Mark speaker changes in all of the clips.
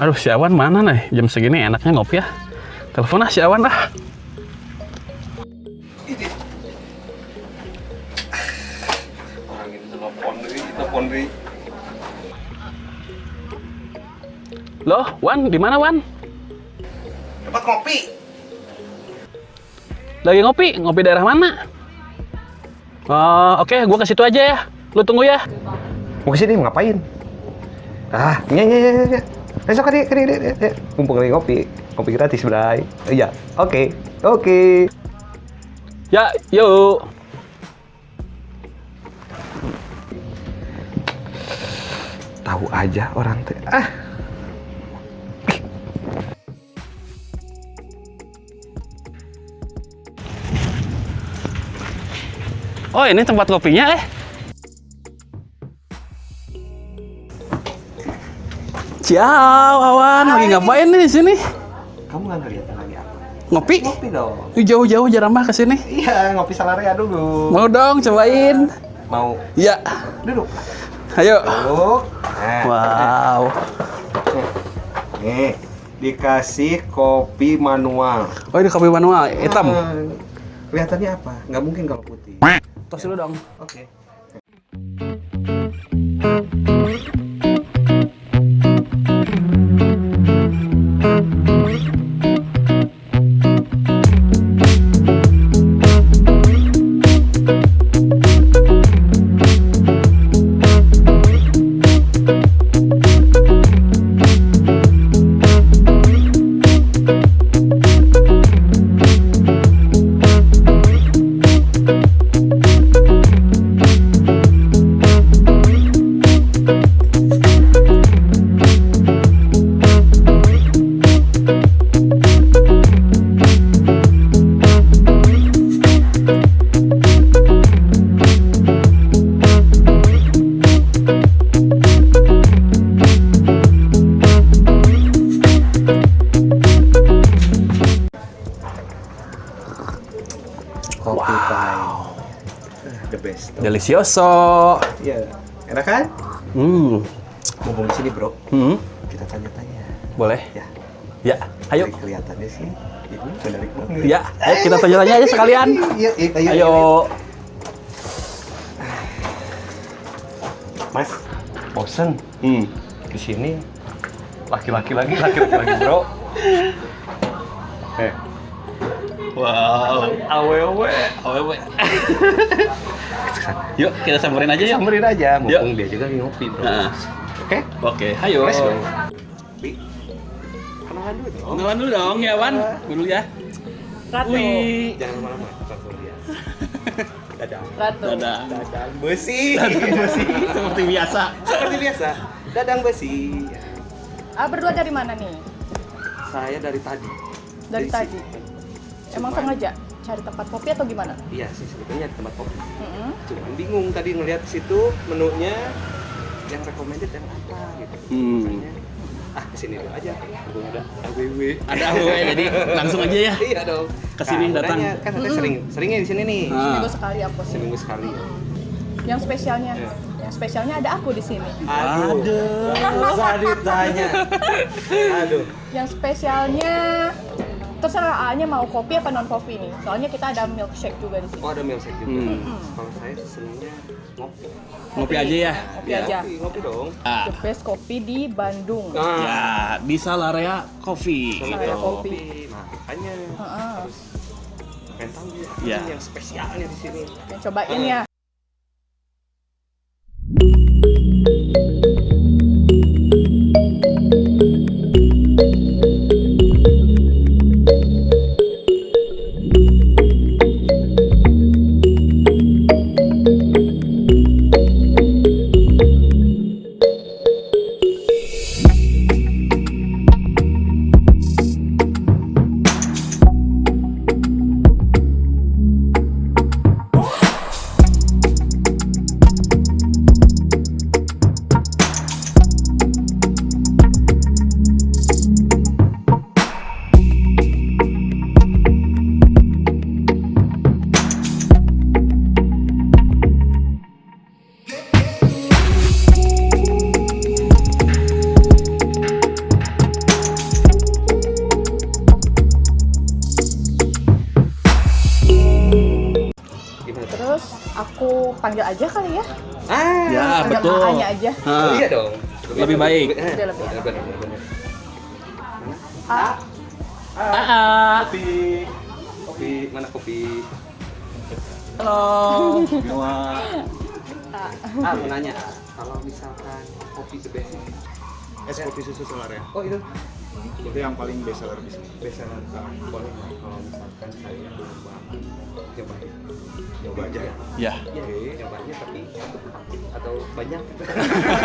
Speaker 1: Aduh si Awan mana nih? Jam segini enaknya ngopi ya. Telepon ah si Awan dah.
Speaker 2: orang itu telepon deh telepon deh
Speaker 1: Loh, Wan, di mana Wan?
Speaker 2: tempat kopi
Speaker 1: Lagi ngopi? Ngopi daerah mana? Oh, oke, gua ke situ aja ya. Lu tunggu ya.
Speaker 2: mau kesini mau ngapain ah nya nya nya nya besok kali kali kali mumpung lagi kopi kopi gratis bray iya oke oke
Speaker 1: Ya, yuk.
Speaker 2: tahu aja orang teh ah
Speaker 1: Oh, ini tempat kopinya eh. Ciao, Awan. Lagi ngapain nih di sini?
Speaker 2: kamu nggak ngeliatin lagi apa
Speaker 1: Ngopi?
Speaker 2: kopi dong
Speaker 1: Ih, Jauh-jauh jarang mah ke sini.
Speaker 2: iya ngopi salaria dulu
Speaker 1: Mau dong cobain.
Speaker 2: mau
Speaker 1: Ya,
Speaker 2: duduk
Speaker 1: ayo.
Speaker 2: duduk nah,
Speaker 1: Wow.
Speaker 2: nih dikasih kopi manual
Speaker 1: Oh, ini kopi manual hitam.
Speaker 2: Ah, kelihatannya apa nggak mungkin kalau putih
Speaker 1: Tos dulu dong.
Speaker 2: Oke. Kopi wow. Ah, The best.
Speaker 1: Delicioso.
Speaker 2: Iya. Enak kan?
Speaker 1: Hmm.
Speaker 2: Mumpung di sini, Bro.
Speaker 1: Hmm.
Speaker 2: Kita tanya-tanya.
Speaker 1: Boleh.
Speaker 2: Ya.
Speaker 1: Ya, ayo.
Speaker 2: dari Kelihatannya sih ibu menarik banget. Eh,
Speaker 1: Ya, ayo kita tanya-tanya aja sekalian.
Speaker 2: Iya, iya, ayo.
Speaker 1: Ayo.
Speaker 2: Mas, bosen. Hmm. Di sini laki-laki lagi, laki-laki lagi, Bro. Eh. Wow, awewe, awewe.
Speaker 1: Yuk, kita samperin aja yuk.
Speaker 2: Samperin aja, ya. mumpung dia juga ngopi, Bro.
Speaker 1: Nah.
Speaker 2: Oke?
Speaker 1: Oke, ayo.
Speaker 2: Let's go. Bi. Kenalan dulu dong.
Speaker 1: Duluan dulu dong, ya Wan. Dulu ya.
Speaker 3: Ratu.
Speaker 1: Wih.
Speaker 2: Jangan lama-lama, satu dia. Dadah.
Speaker 3: Ratu.
Speaker 1: Dadah.
Speaker 2: Dadang besi.
Speaker 1: Dadang besi seperti biasa.
Speaker 2: Seperti biasa, dadang besi.
Speaker 3: Ah, berdua dari mana nih?
Speaker 2: Saya dari tadi.
Speaker 3: Dari tadi.
Speaker 2: sini.
Speaker 3: Emang
Speaker 2: Cuman-
Speaker 3: sengaja cari tempat kopi atau gimana?
Speaker 2: Iya sih sebetulnya di tempat kopi.
Speaker 3: Mm-mm.
Speaker 2: Cuman bingung tadi ngelihat situ menunya yang recommended yang apa gitu.
Speaker 1: Hmm.
Speaker 2: Akhirnya, Ah, kesini dulu aja. Mumpung ada AWW.
Speaker 1: Ada AWW jadi langsung aja ya.
Speaker 2: Iya dong.
Speaker 1: Kesini
Speaker 2: Nah,
Speaker 1: datang.
Speaker 2: makanya Kan katanya sering seringnya di sini nih.
Speaker 1: Ah.
Speaker 3: Seminggu sekali aku sih.
Speaker 2: Seminggu sekali. ya.
Speaker 3: Yang spesialnya,
Speaker 2: Iya.
Speaker 3: yang spesialnya ada aku di sini.
Speaker 2: Aduh, nggak usah ditanya. Aduh,
Speaker 3: Yang spesialnya terserah A-nya mau kopi apa non kopi nih. Soalnya kita ada milkshake juga di sini.
Speaker 2: oh ada milkshake juga.
Speaker 1: Hmm.
Speaker 2: Kalau saya senangnya ngopi.
Speaker 1: Ngopi aja ya.
Speaker 3: Kopi aja.
Speaker 2: Ngopi, ngopi dong.
Speaker 1: Ah.
Speaker 3: The best kopi di Bandung.
Speaker 2: Nah,
Speaker 1: Ya, di Salaria Coffee.
Speaker 2: sama
Speaker 3: Gitu.
Speaker 2: kayak kopi. Nah, makanya
Speaker 3: Heeh.
Speaker 2: harus pengen tahu ya,
Speaker 1: Ya.
Speaker 2: ini yang spesialnya di sini.
Speaker 3: Ya, cobain ya. panggil aja kali ya.
Speaker 2: Ah,
Speaker 1: Ya,
Speaker 3: Panggil
Speaker 1: betul.
Speaker 3: AA-nya aja.
Speaker 1: Ah,
Speaker 2: iya dong.
Speaker 1: Lebih baik.
Speaker 3: Udah lebih enak.
Speaker 2: Bener, bener, bener.
Speaker 3: Ah,
Speaker 1: AA.
Speaker 2: Kopi, kopi mana kopi?
Speaker 1: Halo.
Speaker 2: Ah, mau nanya, kalau misalkan kopi the best
Speaker 4: Es kopi susu solar ya.
Speaker 2: Oh itu
Speaker 4: Itu yang paling best seller di sini.
Speaker 2: best seller boleh kalau misalkan saya coba cobain.
Speaker 4: Coba aja.
Speaker 1: Ya.
Speaker 2: Iya, cobanya tapi satu atau banyak.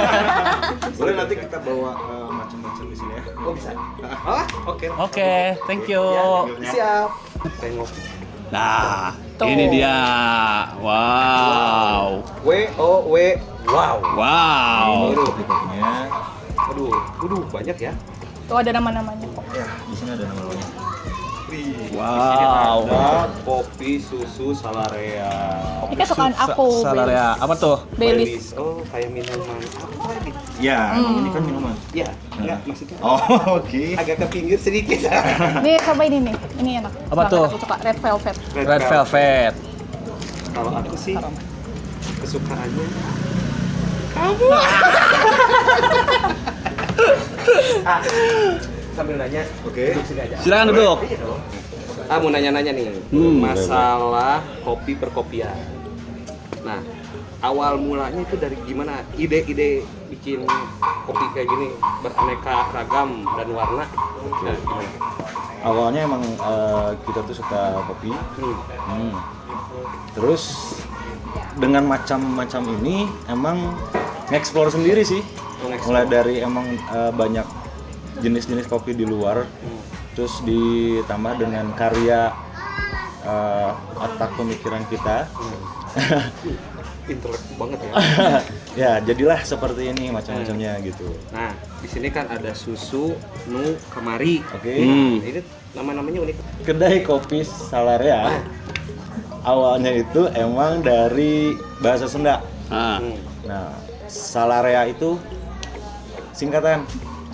Speaker 4: Boleh nanti kita bawa eh, macam-macam di sini ya.
Speaker 2: Oh bisa. Ah, oke.
Speaker 1: Oke, thank you.
Speaker 2: Ya,
Speaker 4: Iya,
Speaker 2: Siap. Saya ngopi.
Speaker 1: Nah,
Speaker 3: Tuh.
Speaker 1: ini dia. Wow.
Speaker 2: W O W wow.
Speaker 1: Wow.
Speaker 4: Ini kopinya.
Speaker 2: Aduh, aduh banyak ya.
Speaker 3: tuh ada nama-namanya kok.
Speaker 4: Ya, di sini ada nama-namanya.
Speaker 1: Wow.
Speaker 2: Ada kopi susu salarea.
Speaker 3: Ini kesukaan aku. Baileys.
Speaker 1: Salaria. Apa tuh?
Speaker 3: Baileys.
Speaker 2: Oh, kayak minuman apa lagi?
Speaker 4: Ya,
Speaker 3: Hmm.
Speaker 4: ini kan minuman.
Speaker 2: Ya, enggak maksudnya
Speaker 4: Oh, oke.
Speaker 2: agak ke pinggir sedikit.
Speaker 3: Nih coba ini nih. Ini enak.
Speaker 1: Apa
Speaker 3: Banget
Speaker 1: tuh?
Speaker 3: Aku suka red velvet.
Speaker 1: Red Velvet.
Speaker 2: Kalau aku sih
Speaker 3: Aroma.
Speaker 2: kesukaannya kamu. ah, sambil nanya,
Speaker 4: Oke.
Speaker 2: duduk sini aja.
Speaker 1: Silakan duduk.
Speaker 2: Iya dong. Ah, mau nanya-nanya nih.
Speaker 1: Hmm.
Speaker 2: Masalah kopi perkopian. Nah, awal mulanya itu dari gimana ide-ide bikin kopi kayak gini beraneka ragam dan warna. Nah, gimana?
Speaker 4: Awalnya emang eh, kita tuh suka kopi.
Speaker 2: Hmm.
Speaker 4: Hmm. Terus dengan macam-macam ini emang nge-explore sendiri sih.
Speaker 2: Nge-explore.
Speaker 4: Mulai dari emang eh, banyak jenis-jenis kopi di luar
Speaker 2: Hmm.
Speaker 4: terus ditambah dengan karya eh, otak pemikiran kita
Speaker 2: Intelek banget ya.
Speaker 4: ya jadilah seperti ini macam-macamnya gitu
Speaker 2: Nah, di sini kan ada susu nu kamari.
Speaker 4: oke
Speaker 1: Hmm.
Speaker 2: Ini nama-namanya unik.
Speaker 4: kedai kopi Salaria awalnya itu emang dari bahasa Sunda
Speaker 1: Ah.
Speaker 2: Hmm.
Speaker 4: nah Salaria itu singkatan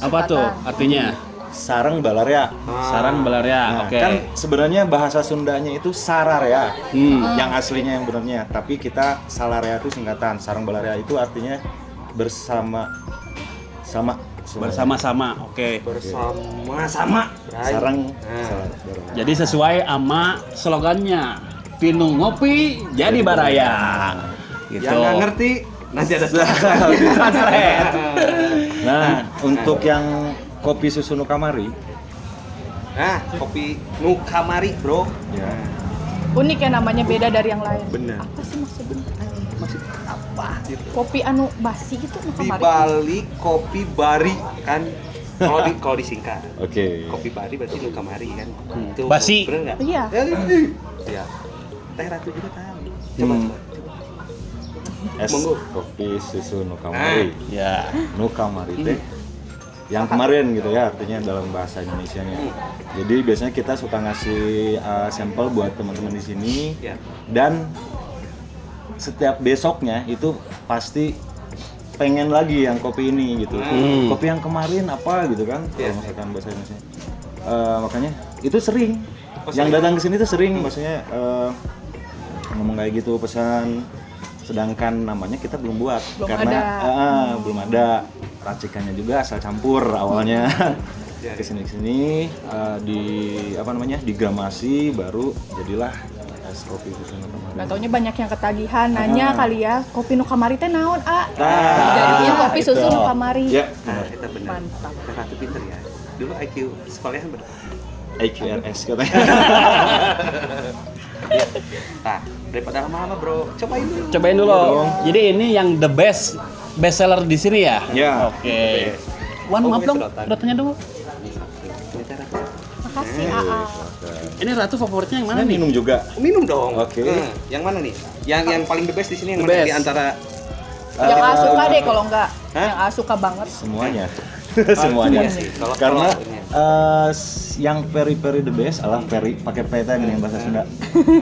Speaker 1: Apa tuh artinya?
Speaker 4: sarang balaria
Speaker 1: Sarang Belaria.
Speaker 4: Nah,
Speaker 1: Ah, Oke.
Speaker 4: kan sebenarnya bahasa Sundanya itu sararea
Speaker 1: Hmm.
Speaker 4: yang aslinya yang benarnya tapi kita salarea itu singkatan sarang balarea itu artinya bersama sama sebenarnya.
Speaker 1: Bersama-sama. Oke.
Speaker 2: bersama sama
Speaker 4: sarang
Speaker 2: Nah.
Speaker 4: sarang balarea.
Speaker 1: Jadi sesuai sama slogannya. Pinung ngopi jadi baraya. Gitu.
Speaker 2: yang nggak ngerti kan, nanti ada
Speaker 1: Translate.
Speaker 4: nah untuk yang kopi susu nukamari
Speaker 2: nah kopi nukamari bro
Speaker 4: ya
Speaker 3: Unik ya namanya beda dari yang lain.
Speaker 2: Bener.
Speaker 3: Apa sih maksudnya?
Speaker 2: maksud apa gitu
Speaker 3: Kopi anu basi gitu
Speaker 2: di
Speaker 3: makan kemarin.
Speaker 2: Bali kopi bari kan kalau di kalau disingkat
Speaker 4: oke
Speaker 2: kopi bari berarti nukamari kan
Speaker 1: Hmm.
Speaker 2: itu
Speaker 1: Basi.
Speaker 2: bener nggak
Speaker 3: Iya.
Speaker 2: Ya, iya Iya. teh ratu juga tahu coba
Speaker 4: Hmm.
Speaker 2: coba, coba.
Speaker 4: es
Speaker 2: Monggo. Ah, iya.
Speaker 4: kopi susu nukamari
Speaker 1: Ya.
Speaker 4: nukamari
Speaker 2: Hmm.
Speaker 4: teh yang kemarin gitu ya artinya dalam bahasa Indonesia
Speaker 2: Hmm.
Speaker 4: Jadi biasanya kita suka ngasih uh, sampel buat teman-teman di sini
Speaker 2: ya
Speaker 4: dan setiap besoknya itu pasti pengen lagi yang kopi ini gitu
Speaker 2: Hmm.
Speaker 4: kopi yang kemarin apa gitu kan
Speaker 2: Iya.
Speaker 4: kalau misalkan bahasa Indonesia Eh, makanya itu sering
Speaker 2: Oh,
Speaker 4: yang
Speaker 2: sering.
Speaker 4: datang ke sini tuh sering maksudnya eh, ngomong kayak gitu pesan sedangkan namanya kita belum buat
Speaker 3: Belum
Speaker 4: karena
Speaker 3: ada.
Speaker 4: eh, eh, belum ada racikannya juga asal campur awalnya
Speaker 2: Iya,
Speaker 4: ke sini sini di apa namanya digramasi baru jadilah es kopi susu
Speaker 3: Gak
Speaker 4: nukamari
Speaker 3: taunya banyak yang ketagihan, nanya
Speaker 4: Ah.
Speaker 3: kali ya, kopi nu kamari teh naon, ah?
Speaker 4: Nah,
Speaker 3: Jadinya kopi
Speaker 4: itu.
Speaker 3: susu nu kamari.
Speaker 4: ya
Speaker 2: nah kita benar
Speaker 3: Mantap.
Speaker 2: teh ratu pinter ya dulu IQ sekolahnya berapa
Speaker 4: IQRS katanya
Speaker 2: nah daripada lama-lama bro cobain dulu
Speaker 1: Cobain
Speaker 2: Iya
Speaker 1: dulu. Jadi ini yang the best best seller di sini ya?
Speaker 2: Iya.
Speaker 4: Ya.
Speaker 1: Oke. Wan
Speaker 2: Oh,
Speaker 1: maaf
Speaker 2: ini
Speaker 1: dong,
Speaker 2: sedotan.
Speaker 1: sedotannya dong.
Speaker 2: Ini teh ratu.
Speaker 3: Makasih,
Speaker 4: Hmm.
Speaker 3: AA.
Speaker 1: Ini ratu favoritnya yang mana
Speaker 4: mana
Speaker 1: nih?
Speaker 4: minum juga
Speaker 2: minum dong.
Speaker 4: Oke.
Speaker 2: Nah, yang mana nih? Yang yang paling the best di sini yang
Speaker 1: The
Speaker 2: mana
Speaker 1: best.
Speaker 2: di antara
Speaker 3: Yang
Speaker 4: Eh,
Speaker 3: A suka deh kalau enggak.
Speaker 2: Hah?
Speaker 3: Yang A suka banget.
Speaker 4: semuanya semuanya
Speaker 2: sih. Kalau-
Speaker 4: karena
Speaker 2: kalau ini.
Speaker 4: eh, s- yang peri peri the best alah peri pakai peri teh yang bahasa Sunda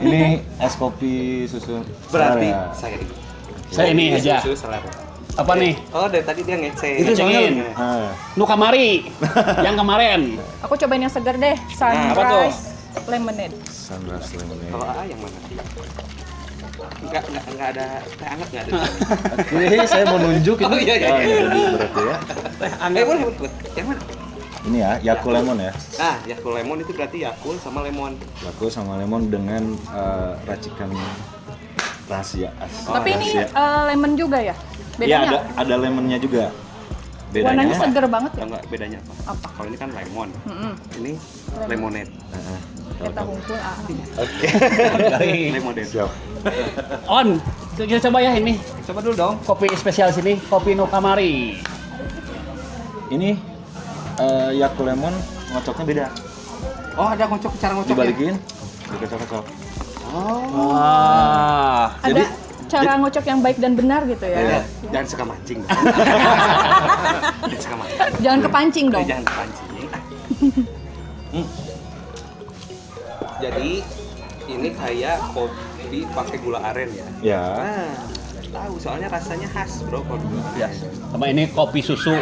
Speaker 4: ini es kopi susu
Speaker 2: berarti
Speaker 4: Korea.
Speaker 2: saya ini.
Speaker 1: Saya ini
Speaker 2: Kopi
Speaker 1: aja.
Speaker 2: susu selera.
Speaker 1: Apa nih?
Speaker 2: Oh, dari tadi dia ngeceng.
Speaker 4: itu soalnya
Speaker 1: Ngecengin.
Speaker 4: ah,
Speaker 1: Nukamari. yang kemarin.
Speaker 3: Aku cobain yang segar deh,
Speaker 2: Nah,
Speaker 1: apa tuh?
Speaker 3: sunrise lemonade.
Speaker 4: sunrise lemonade.
Speaker 2: Kalau AA yang mana? nggak nggak nggak ada teh hangat nggak ada
Speaker 4: Ini saya mau nunjuk ini.
Speaker 2: Oh, iya, iya,
Speaker 4: Ah,
Speaker 2: iya.
Speaker 4: lebih berat ya.
Speaker 2: teh hangat eh boleh boleh yang mana
Speaker 4: Ini ya, Yakult Lemon ya.
Speaker 2: nah yakul lemon itu berarti yakul sama lemon
Speaker 4: Yakult sama lemon dengan eh, racikan rahasia. as-
Speaker 2: Oh,
Speaker 3: Tapi ini
Speaker 4: rahasia.
Speaker 3: eh, lemon juga ya?
Speaker 4: Iya ada
Speaker 3: Bedanya?
Speaker 4: ada lemonnya juga.
Speaker 3: Warnanya
Speaker 4: Bedanya
Speaker 3: seger banget ya?
Speaker 2: tau nggak bedanya apa
Speaker 3: Apa?
Speaker 2: kalau ini kan lemon
Speaker 3: Mm-mm.
Speaker 2: ini lemonade
Speaker 4: Heeh.
Speaker 3: Eta hungkul ah.
Speaker 2: lemonade
Speaker 4: Siap.
Speaker 1: On. Kita coba ya ini.
Speaker 2: coba dulu dong
Speaker 1: Kopi spesial sini, kopi Nokamari.
Speaker 4: Ini eh, Yakult Lemon ngocoknya beda.
Speaker 2: oh ada ngocok cara ngocok
Speaker 4: Dibalikin, dikocok-kocok.
Speaker 2: oh
Speaker 1: Wah.
Speaker 3: Ada
Speaker 4: Jadi-
Speaker 3: cara ngocok yang baik dan benar gitu ya.
Speaker 2: Jangan- jangan suka mancing jangan suka mancing
Speaker 3: Jangan kepancing
Speaker 2: Eh,
Speaker 3: dong.
Speaker 2: jangan kepancing. Hmm. Jadi ini kayak kopi pakai gula aren ya.
Speaker 4: Ya.
Speaker 2: Nah, tahu soalnya rasanya khas bro kalau gula aren.
Speaker 1: Yes. Sama ini kopi susu.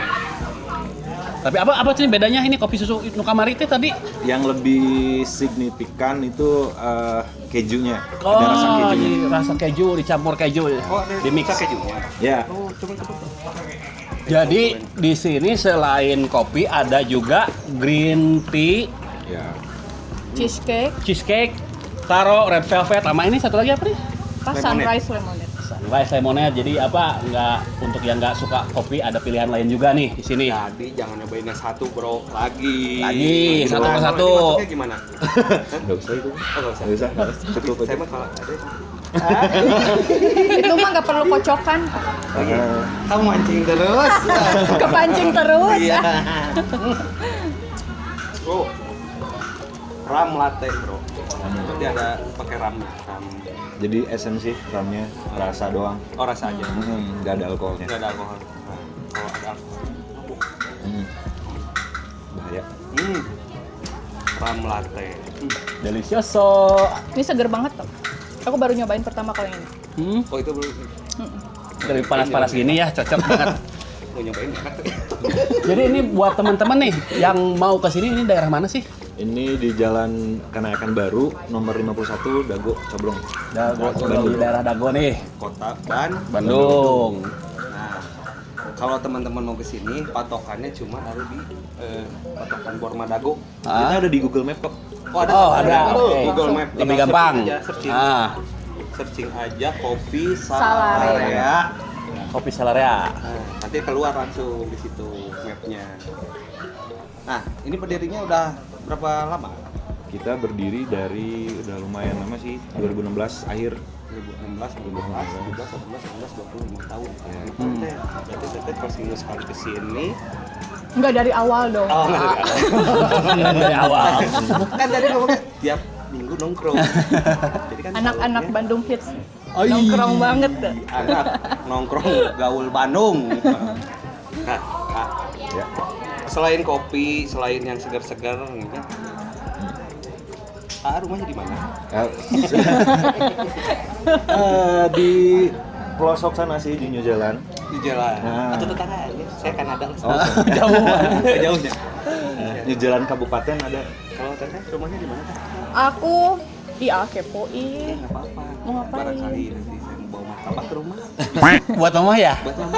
Speaker 1: Tapi apa apa sih bedanya ini kopi susu Nukamari itu tadi?
Speaker 4: Yang lebih signifikan itu eh, kejunya. ada rasa
Speaker 3: Oh,
Speaker 4: ya? kejunya.
Speaker 1: iya, rasa keju dicampur keju. ya?
Speaker 2: Oh, ada
Speaker 1: di mix.
Speaker 2: rasa kejunya.
Speaker 4: Ya.
Speaker 2: Oh, coba coba.
Speaker 1: Jadi di sini selain kopi ada juga green tea,
Speaker 4: Ya.
Speaker 3: Cheesecake,
Speaker 1: cheesecake, taro red velvet sama ini satu lagi apa nih?
Speaker 3: pas
Speaker 2: Lemonade.
Speaker 3: sunrise lemonade.
Speaker 1: Sunrise lemonade. Jadi apa nggak untuk yang nggak suka kopi ada pilihan lain juga nih di sini.
Speaker 2: Jadi jangan nyobain yang satu bro lagi.
Speaker 1: Lagi, satu
Speaker 2: doang.
Speaker 1: persatu.
Speaker 2: Ini masuknya gimana?
Speaker 4: Enggak usah itu.
Speaker 2: Oh, nggak usah.
Speaker 4: Enggak usah. nggak usah. Cukup
Speaker 2: Saya
Speaker 4: aja.
Speaker 2: mah kalau ada
Speaker 3: Itu mah nggak perlu kocokan,
Speaker 2: Oh, iya.
Speaker 4: Eh,
Speaker 2: kamu mancing terus.
Speaker 3: kepancing terus.
Speaker 2: Iya. Bro, ram latte bro. Jadi ada pakai ram, ram.
Speaker 4: Eh, jadi esensi ramnya rasa doang.
Speaker 2: Oh rasa aja,
Speaker 4: Hmm, nggak ada alkoholnya.
Speaker 2: nggak ada alkohol. Nah, Kalau ada alkohol, mabuk.
Speaker 4: Hmm. Bahaya.
Speaker 2: Hmm. Ram latte. Hmm.
Speaker 1: Delicioso.
Speaker 3: Ini seger banget tuh. Aku baru nyobain pertama kali ini.
Speaker 1: Hmm,
Speaker 2: Oh itu belum
Speaker 3: Mm-mm.
Speaker 1: dari panas-panas gini ya cocok banget.
Speaker 2: mau nyobain ya? enak.
Speaker 1: Jadi ini buat teman-teman nih yang mau ke sini ini daerah mana sih?
Speaker 4: Ini di Jalan Kanayakan Baru nomor 51 Dago Coblong.
Speaker 1: Dago, di daerah Dago nih,
Speaker 2: Kota Ban.
Speaker 1: Bandung.
Speaker 2: Nah, kalau teman-teman mau ke sini, patokannya cuma ada di eh, patokan Borma Dago.
Speaker 4: Kita
Speaker 1: Ah.
Speaker 4: ada di Google Map, Pak.
Speaker 2: Oh ada,
Speaker 1: Oh,
Speaker 2: ada,
Speaker 1: ada.
Speaker 2: Google,
Speaker 1: Oke.
Speaker 2: Google Map.
Speaker 1: Lebih
Speaker 2: Tinggal
Speaker 1: gampang.
Speaker 2: searching aja, searching.
Speaker 1: Ah,
Speaker 2: searching aja kopi
Speaker 3: Salare.
Speaker 2: salarea.
Speaker 1: kopi salaria.
Speaker 2: Nah, nanti keluar langsung di situ mapnya. Nah, ini berdirinya udah berapa lama?
Speaker 4: Kita berdiri dari udah lumayan lama sih, 2016 akhir.
Speaker 2: 2016, 2017, 17, 18, 19, 20, 25 tahun.
Speaker 4: Ya.
Speaker 2: Hmm. Berarti teteh pas minggu sekali ke sini.
Speaker 3: Nggak dari awal dong.
Speaker 2: Oh, nggak
Speaker 3: Ah.
Speaker 1: Dari awal.
Speaker 2: kan tadi ngomongnya tiap minggu nongkrong. Jadi kan
Speaker 3: Anak-anak
Speaker 2: tahunya
Speaker 3: Bandung hits.
Speaker 1: Oi.
Speaker 3: Nongkrong banget. tuh.
Speaker 2: anak nongkrong gaul Bandung. Nah, Kak,
Speaker 4: Ya.
Speaker 2: selain kopi, selain yang segar-segar, ini kan, ah, rumahnya di mana?
Speaker 4: Eh, eh, di pelosok sana sih Junyo Jalan.
Speaker 2: Di jalan.
Speaker 4: Ah.
Speaker 2: Atau tetangga aja. Saya Kanada.
Speaker 4: Oh,
Speaker 2: Oh.
Speaker 1: Jauh.
Speaker 2: Jauhnya.
Speaker 4: di Jalan ya. Kabupaten ada.
Speaker 2: Kalau teteh rumahnya di mana? Teh?
Speaker 3: Aku iya kepo ih.
Speaker 2: Nggak apa-apa.
Speaker 3: Mau ngapain?
Speaker 2: Barangkali nanti saya mau bawa martabak ke rumah.
Speaker 1: Buat mama ya?
Speaker 2: Buat mama.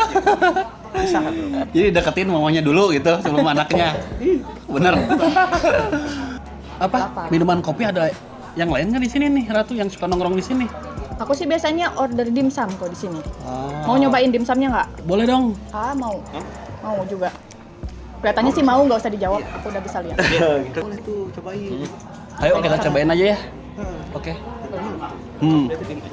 Speaker 2: Bisa kan? Bro?
Speaker 1: Jadi deketin mamanya dulu gitu sebelum anaknya. Bener.
Speaker 3: Apa?
Speaker 1: Apa? Minuman kopi ada yang lain nggak di sini nih, Ratu yang suka nongkrong di sini?
Speaker 3: Aku sih biasanya order dimsum kok di sini. Mau nyobain dimsumnya nggak?
Speaker 1: Boleh dong.
Speaker 3: Ah mau,
Speaker 2: Ah. Hah?
Speaker 3: mau juga. Kelihatannya sih mau nggak usah dijawab.
Speaker 2: Iya.
Speaker 3: Aku udah bisa lihat.
Speaker 2: Boleh tuh cobain.
Speaker 1: Ayo kita cobain aja ya.
Speaker 2: Hmm.
Speaker 1: Oke. Hmm.
Speaker 2: Berarti di-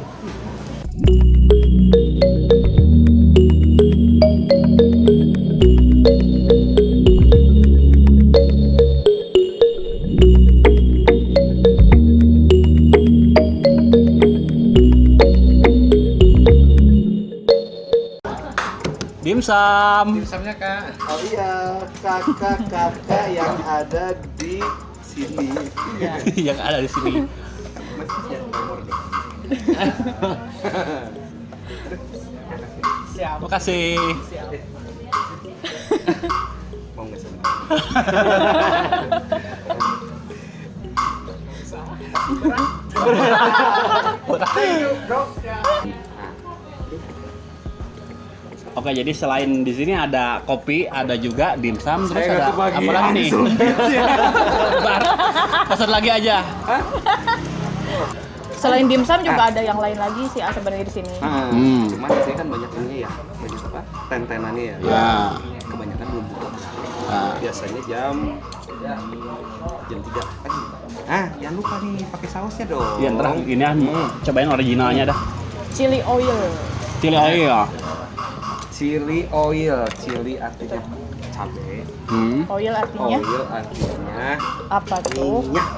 Speaker 1: Dimsum.
Speaker 2: Oh iya, kakak-kakak yang ada di sini.
Speaker 1: yang ada di sini.
Speaker 3: Siap.
Speaker 1: Makasih.
Speaker 2: Mau nggak sama? Nah,
Speaker 1: Oke, jadi selain di sini ada kopi, ada juga dimsum, terus
Speaker 2: Saya nggak
Speaker 1: ada
Speaker 2: kebagian,
Speaker 1: apa lagi nih? Bar, pesan lagi aja.
Speaker 3: Selain dimsum juga ada yang lain lagi sih ah, sebenarnya di sini.
Speaker 2: nah,
Speaker 1: Hmm.
Speaker 2: cuman saya kan banyak ini ya, banyak apa? Tentenannya ya.
Speaker 1: Ya.
Speaker 2: Kebanyakan belum buka.
Speaker 1: Nah,
Speaker 2: Biasanya jam jam 3 pagi. Ah, jangan lupa nih pakai sausnya dong.
Speaker 1: Iya, ntar ini ah, cobain originalnya dah. ya?
Speaker 3: Chili oil.
Speaker 1: Chili oil.
Speaker 2: Chili oil, chili artinya cabe,
Speaker 1: Hmm.
Speaker 3: Oil artinya
Speaker 2: oil artinya
Speaker 3: apa tuh?
Speaker 2: minyak.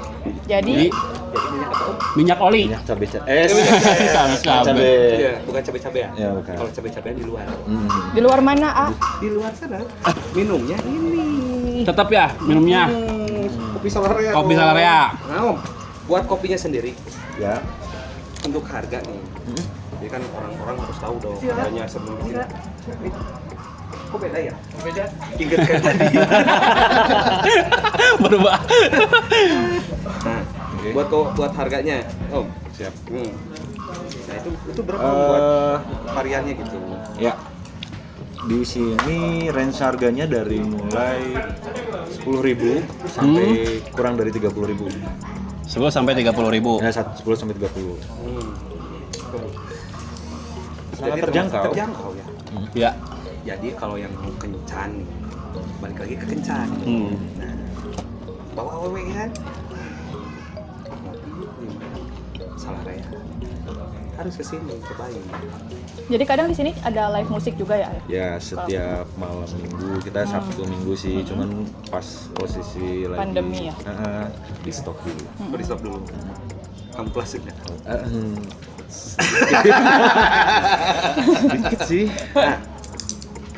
Speaker 1: Jadi
Speaker 3: Jadi
Speaker 2: Jadi minyak apa?
Speaker 1: minyak oli.
Speaker 4: Minyak cabai cabai. Eh,
Speaker 1: Sama
Speaker 4: cabai.
Speaker 1: Iya. cabe.
Speaker 2: Iya, bukan cabe-cabe ya?
Speaker 4: Iya, bukan.
Speaker 2: Kalau cabe-cabean di luar.
Speaker 4: Hmm.
Speaker 3: di luar mana ah?
Speaker 2: Di luar sana minumnya ini.
Speaker 1: Tetap ya minumnya
Speaker 2: Hmm, kopi salaria.
Speaker 1: Kopi
Speaker 2: dong.
Speaker 1: salaria.
Speaker 2: Nah, buat kopinya sendiri
Speaker 4: Ya.
Speaker 2: untuk harga nih.
Speaker 4: Hmm.
Speaker 2: Jadi kan orang-orang harus tahu dong harganya sebelum ini. Ini, Kok beda ya? Beda. Ingat kayak tadi.
Speaker 1: berubah.
Speaker 2: Nah,
Speaker 4: Oke.
Speaker 2: buat kok buat harganya, Om.
Speaker 4: Siap.
Speaker 2: Hmm. Nah, itu itu berapa Om, buat
Speaker 4: Eh,
Speaker 2: variannya gitu?
Speaker 4: ya. Di sini range harganya dari mulai 10.000 sampai kurang dari 30.000.
Speaker 1: 10 sampai 30 ribu.
Speaker 4: Ya, sat- 10 sampai 30.
Speaker 2: Hmm.
Speaker 4: Sangat
Speaker 2: Jadi
Speaker 4: terjangkau.
Speaker 2: Terjangkau ya.
Speaker 1: Ya.
Speaker 2: Jadi kalau yang mau kencan nih, balik lagi ke kencan.
Speaker 1: Hmm.
Speaker 2: Nah, bawa awewe kan? Salah raya. Harus kesini cobain.
Speaker 3: Jadi kadang di sini ada live musik juga ya.
Speaker 4: Ya setiap malam minggu kita Sabtu minggu sih, cuman pas posisi lagi
Speaker 3: Pandemi ya?
Speaker 4: Heeh, di stok dulu.
Speaker 2: Beri stop dulu. Kamu plastiknya.
Speaker 4: Eh, hmm, Dikit sih.
Speaker 2: Nah,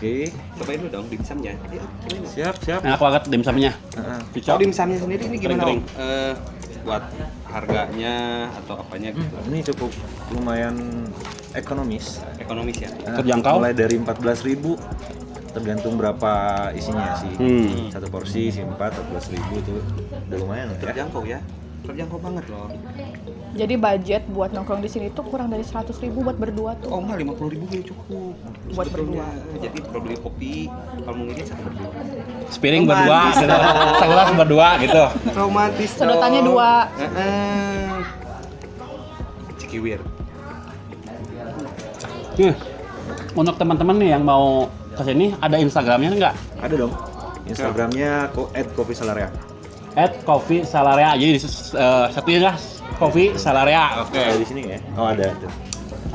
Speaker 4: Oke,
Speaker 2: cobain dulu dong dimsumnya. Ayo, cobain.
Speaker 4: siap siap. Eh,
Speaker 1: Enak banget dimsumnya.
Speaker 4: Heeh.
Speaker 2: Iya, Kalau
Speaker 1: Cocok.
Speaker 2: dimsumnya sendiri ini gimana?
Speaker 1: Kering-kering.
Speaker 2: Om? Eh, buat harganya atau apanya gitu.
Speaker 4: Ini cukup lumayan ekonomis.
Speaker 2: Ekonomis ya.
Speaker 4: Eh,
Speaker 1: Terjangkau?
Speaker 4: Mulai dari 14.000 tergantung berapa isinya sih.
Speaker 1: Hmm.
Speaker 4: Satu porsi isi 4 14.000 itu udah lumayan lah ya.
Speaker 2: Terjangkau ya. Terjangkau banget loh.
Speaker 3: Jadi budget buat nongkrong di sini tuh kurang dari 100 ribu buat berdua tuh.
Speaker 2: Oh mah lima puluh ribu ya cukup
Speaker 3: Buat
Speaker 2: Sebetulnya. Jadi kalau beli kopi, kalau mau ngiri satu berdua.
Speaker 1: Spiring berdua gitu. Segelas berdua gitu.
Speaker 2: Romantis.
Speaker 3: Sedotannya dong. dua.
Speaker 2: Heeh. Cikiwir.
Speaker 1: Nih, Hmm. untuk teman-teman nih yang mau ke sini ada Instagramnya nggak?
Speaker 4: Ada dong. Instagramnya ko kopi salaria.
Speaker 1: At Coffee Salaria. Jadi eh, satunya lah Coffee Salaria. Oke.
Speaker 4: Ada di sini nggak ya? Oh ada tuh. Ada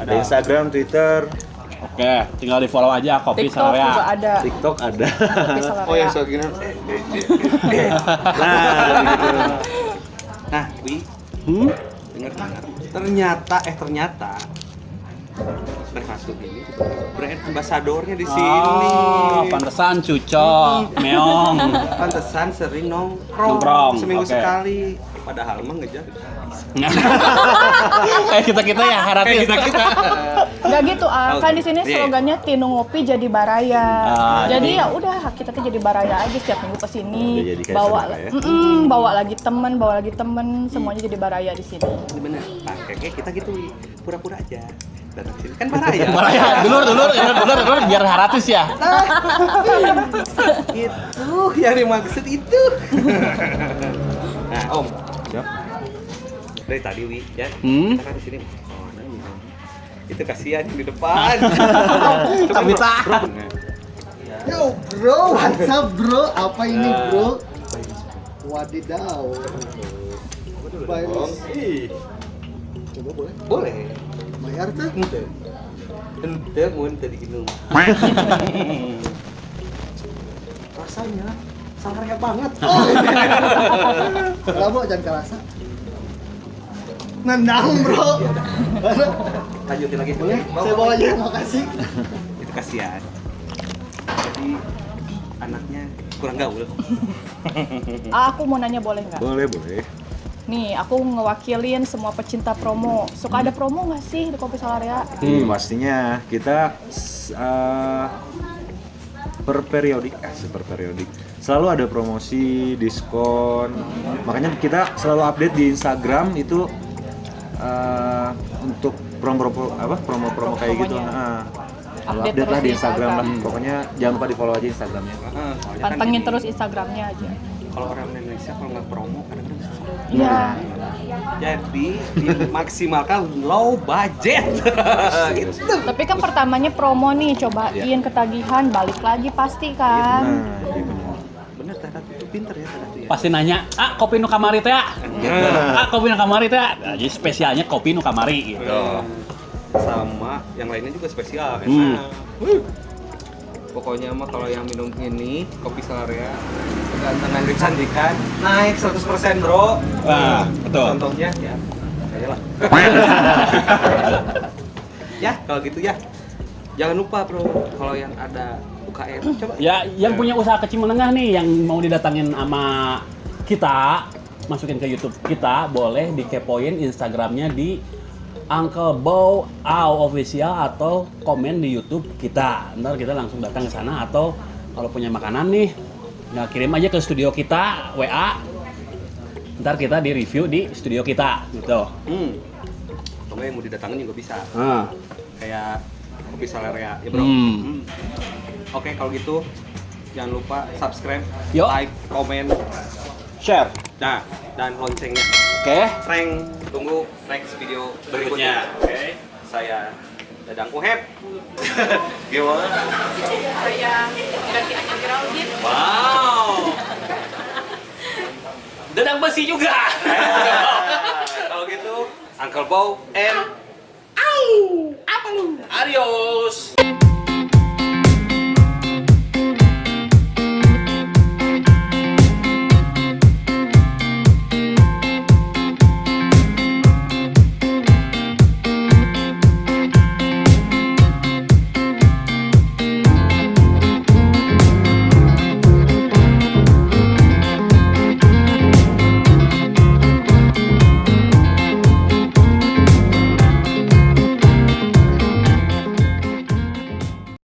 Speaker 1: Ada.
Speaker 4: Instagram, Twitter,
Speaker 1: Oke, tinggal di follow aja Coffee
Speaker 3: TikTok juga
Speaker 1: Salaria.
Speaker 3: ada.
Speaker 4: TikTok ada.
Speaker 3: Kopi Salaria.
Speaker 2: gini.
Speaker 4: nah, gitu.
Speaker 2: eh. Nah, Wi,
Speaker 1: Hmm?
Speaker 2: dengar nggak? Ternyata eh ternyata termasuk ini brand ambasadornya
Speaker 1: Ah,
Speaker 2: di sini.
Speaker 1: Oh, pantesan cucok, meong.
Speaker 2: Pantesan sering nongkrong,
Speaker 1: Nongkrong,
Speaker 2: seminggu
Speaker 1: oke.
Speaker 2: sekali. Padahal mah ngejar.
Speaker 1: Kayak kita-kita ya,
Speaker 2: Eh,
Speaker 1: haratin.
Speaker 3: Nggak gitu ah,
Speaker 2: Oke.
Speaker 3: kan di sini
Speaker 2: Iya.
Speaker 3: slogannya Tino Ngopi jadi Baraya.
Speaker 1: Ah,
Speaker 3: jadi
Speaker 1: jadi-
Speaker 3: ya udah kita tuh jadi Baraya aja setiap minggu kesini,
Speaker 4: Udah jadi kayak
Speaker 3: bawa
Speaker 4: saudara ya.
Speaker 3: Mm-mm, bawa lagi temen, bawa lagi temen, semuanya jadi Baraya di sini.
Speaker 2: Ini bener. Nah, kayaknya kita gitu Wi. pura-pura aja. Datang sini kan parah ya.
Speaker 1: Malah ya, dulur, dulur, dulur, dulur, dulur, biar haratis ya.
Speaker 2: itu yang dimaksud itu. nah, Om,
Speaker 4: Siap.
Speaker 2: dari tadi Wi ya.
Speaker 1: Hmm?
Speaker 2: Kita kan di sini. Oh, nah, ini. Itu kasihan yang di depan.
Speaker 1: Tapi tak.
Speaker 5: Yo bro, what's up bro? Apa ini bro? Wadidaw. Virus. Coba boleh?
Speaker 2: Boleh.
Speaker 5: Bayar tuh?
Speaker 2: Ente. Ente mau ente di gedung.
Speaker 5: Rasanya sangarnya banget. Oh. Lama jangan kerasa. Nendang bro.
Speaker 2: Lanjutin lagi.
Speaker 5: boleh?
Speaker 2: Bawa,
Speaker 5: Saya bawa
Speaker 2: bawa.
Speaker 5: aja, makasih.
Speaker 2: Itu kasihan. Jadi anaknya kurang gaul.
Speaker 3: Ah, aku mau nanya boleh nggak?
Speaker 4: Boleh, boleh.
Speaker 3: Nih, aku ngewakilin semua pecinta promo. Suka ada promo nggak sih di Kopi Salaria?
Speaker 4: Hmm, pastinya kita s- eh, per periodik, eh per periodik selalu ada promosi, diskon. Makanya kita selalu update di Instagram itu eh, untuk promo-promo apa promo-promo kayak gitu.
Speaker 3: Promonya.
Speaker 4: Nah,
Speaker 3: Update
Speaker 4: update lah
Speaker 3: terus
Speaker 4: di
Speaker 3: di
Speaker 4: Instagram lah.
Speaker 3: Instagram.
Speaker 4: Pokoknya jangan lupa di follow aja Instagramnya.
Speaker 2: Heeh, soalnya kan
Speaker 3: Pantengin
Speaker 2: gini,
Speaker 3: terus Instagramnya aja.
Speaker 2: Kalau orang Indonesia kalau nggak promo kadang-kadang susah.
Speaker 3: Iya.
Speaker 2: Jadi dimaksimalkan low budget. Gitu.
Speaker 4: Iya.
Speaker 3: Tapi kan pertamanya promo nih, cobain ketagihan, balik lagi pasti kan.
Speaker 4: Nah, iya benar.
Speaker 2: Bener Tadat itu pinter ya Tadat itu ya.
Speaker 1: Pasti nanya, ah kopi nu kamari teh, ah. ah kopi nu kamari teh. Nah, Jadi spesialnya kopi nu kamari gitu.
Speaker 2: Eh, Sama yang lainnya juga spesial. Enak.
Speaker 1: Hmm.
Speaker 2: Wuh. Pokoknya mah kalau yang minum ini kopi Salaria kegantengan kecantikan kan, naik 100% bro.
Speaker 1: Nah, betul.
Speaker 2: Contohnya ya. Ayolah. ya kalau gitu ya. Jangan lupa bro kalau yang ada UKM coba.
Speaker 1: Ya, yang punya usaha kecil menengah nih yang mau didatangin sama kita, masukin ke YouTube kita, boleh dikepoin Instagramnya di Uncle Bow Au Official atau komen di YouTube kita. Ntar kita langsung datang ke sana atau kalau punya makanan nih, nah kirim aja ke studio kita WA. Ntar kita di review di studio kita gitu.
Speaker 2: Hmm. Atau yang mau didatangin juga bisa.
Speaker 1: Ah.
Speaker 2: kayak kopi salaria ya bro.
Speaker 1: Hmm.
Speaker 2: Hmm. Oke kalau gitu jangan lupa subscribe,
Speaker 1: Yo.
Speaker 2: like, komen,
Speaker 4: Share.
Speaker 2: nah dan loncengnya.
Speaker 1: Oke.
Speaker 2: Frank tunggu next video berikutnya. Oke. Saya Dadang Kuhep. Gimana?
Speaker 3: Saya ganti underground gitu.
Speaker 2: Wow. Dadang besi juga. kalau gitu Uncle Bow and Au! Apa lu? Adios.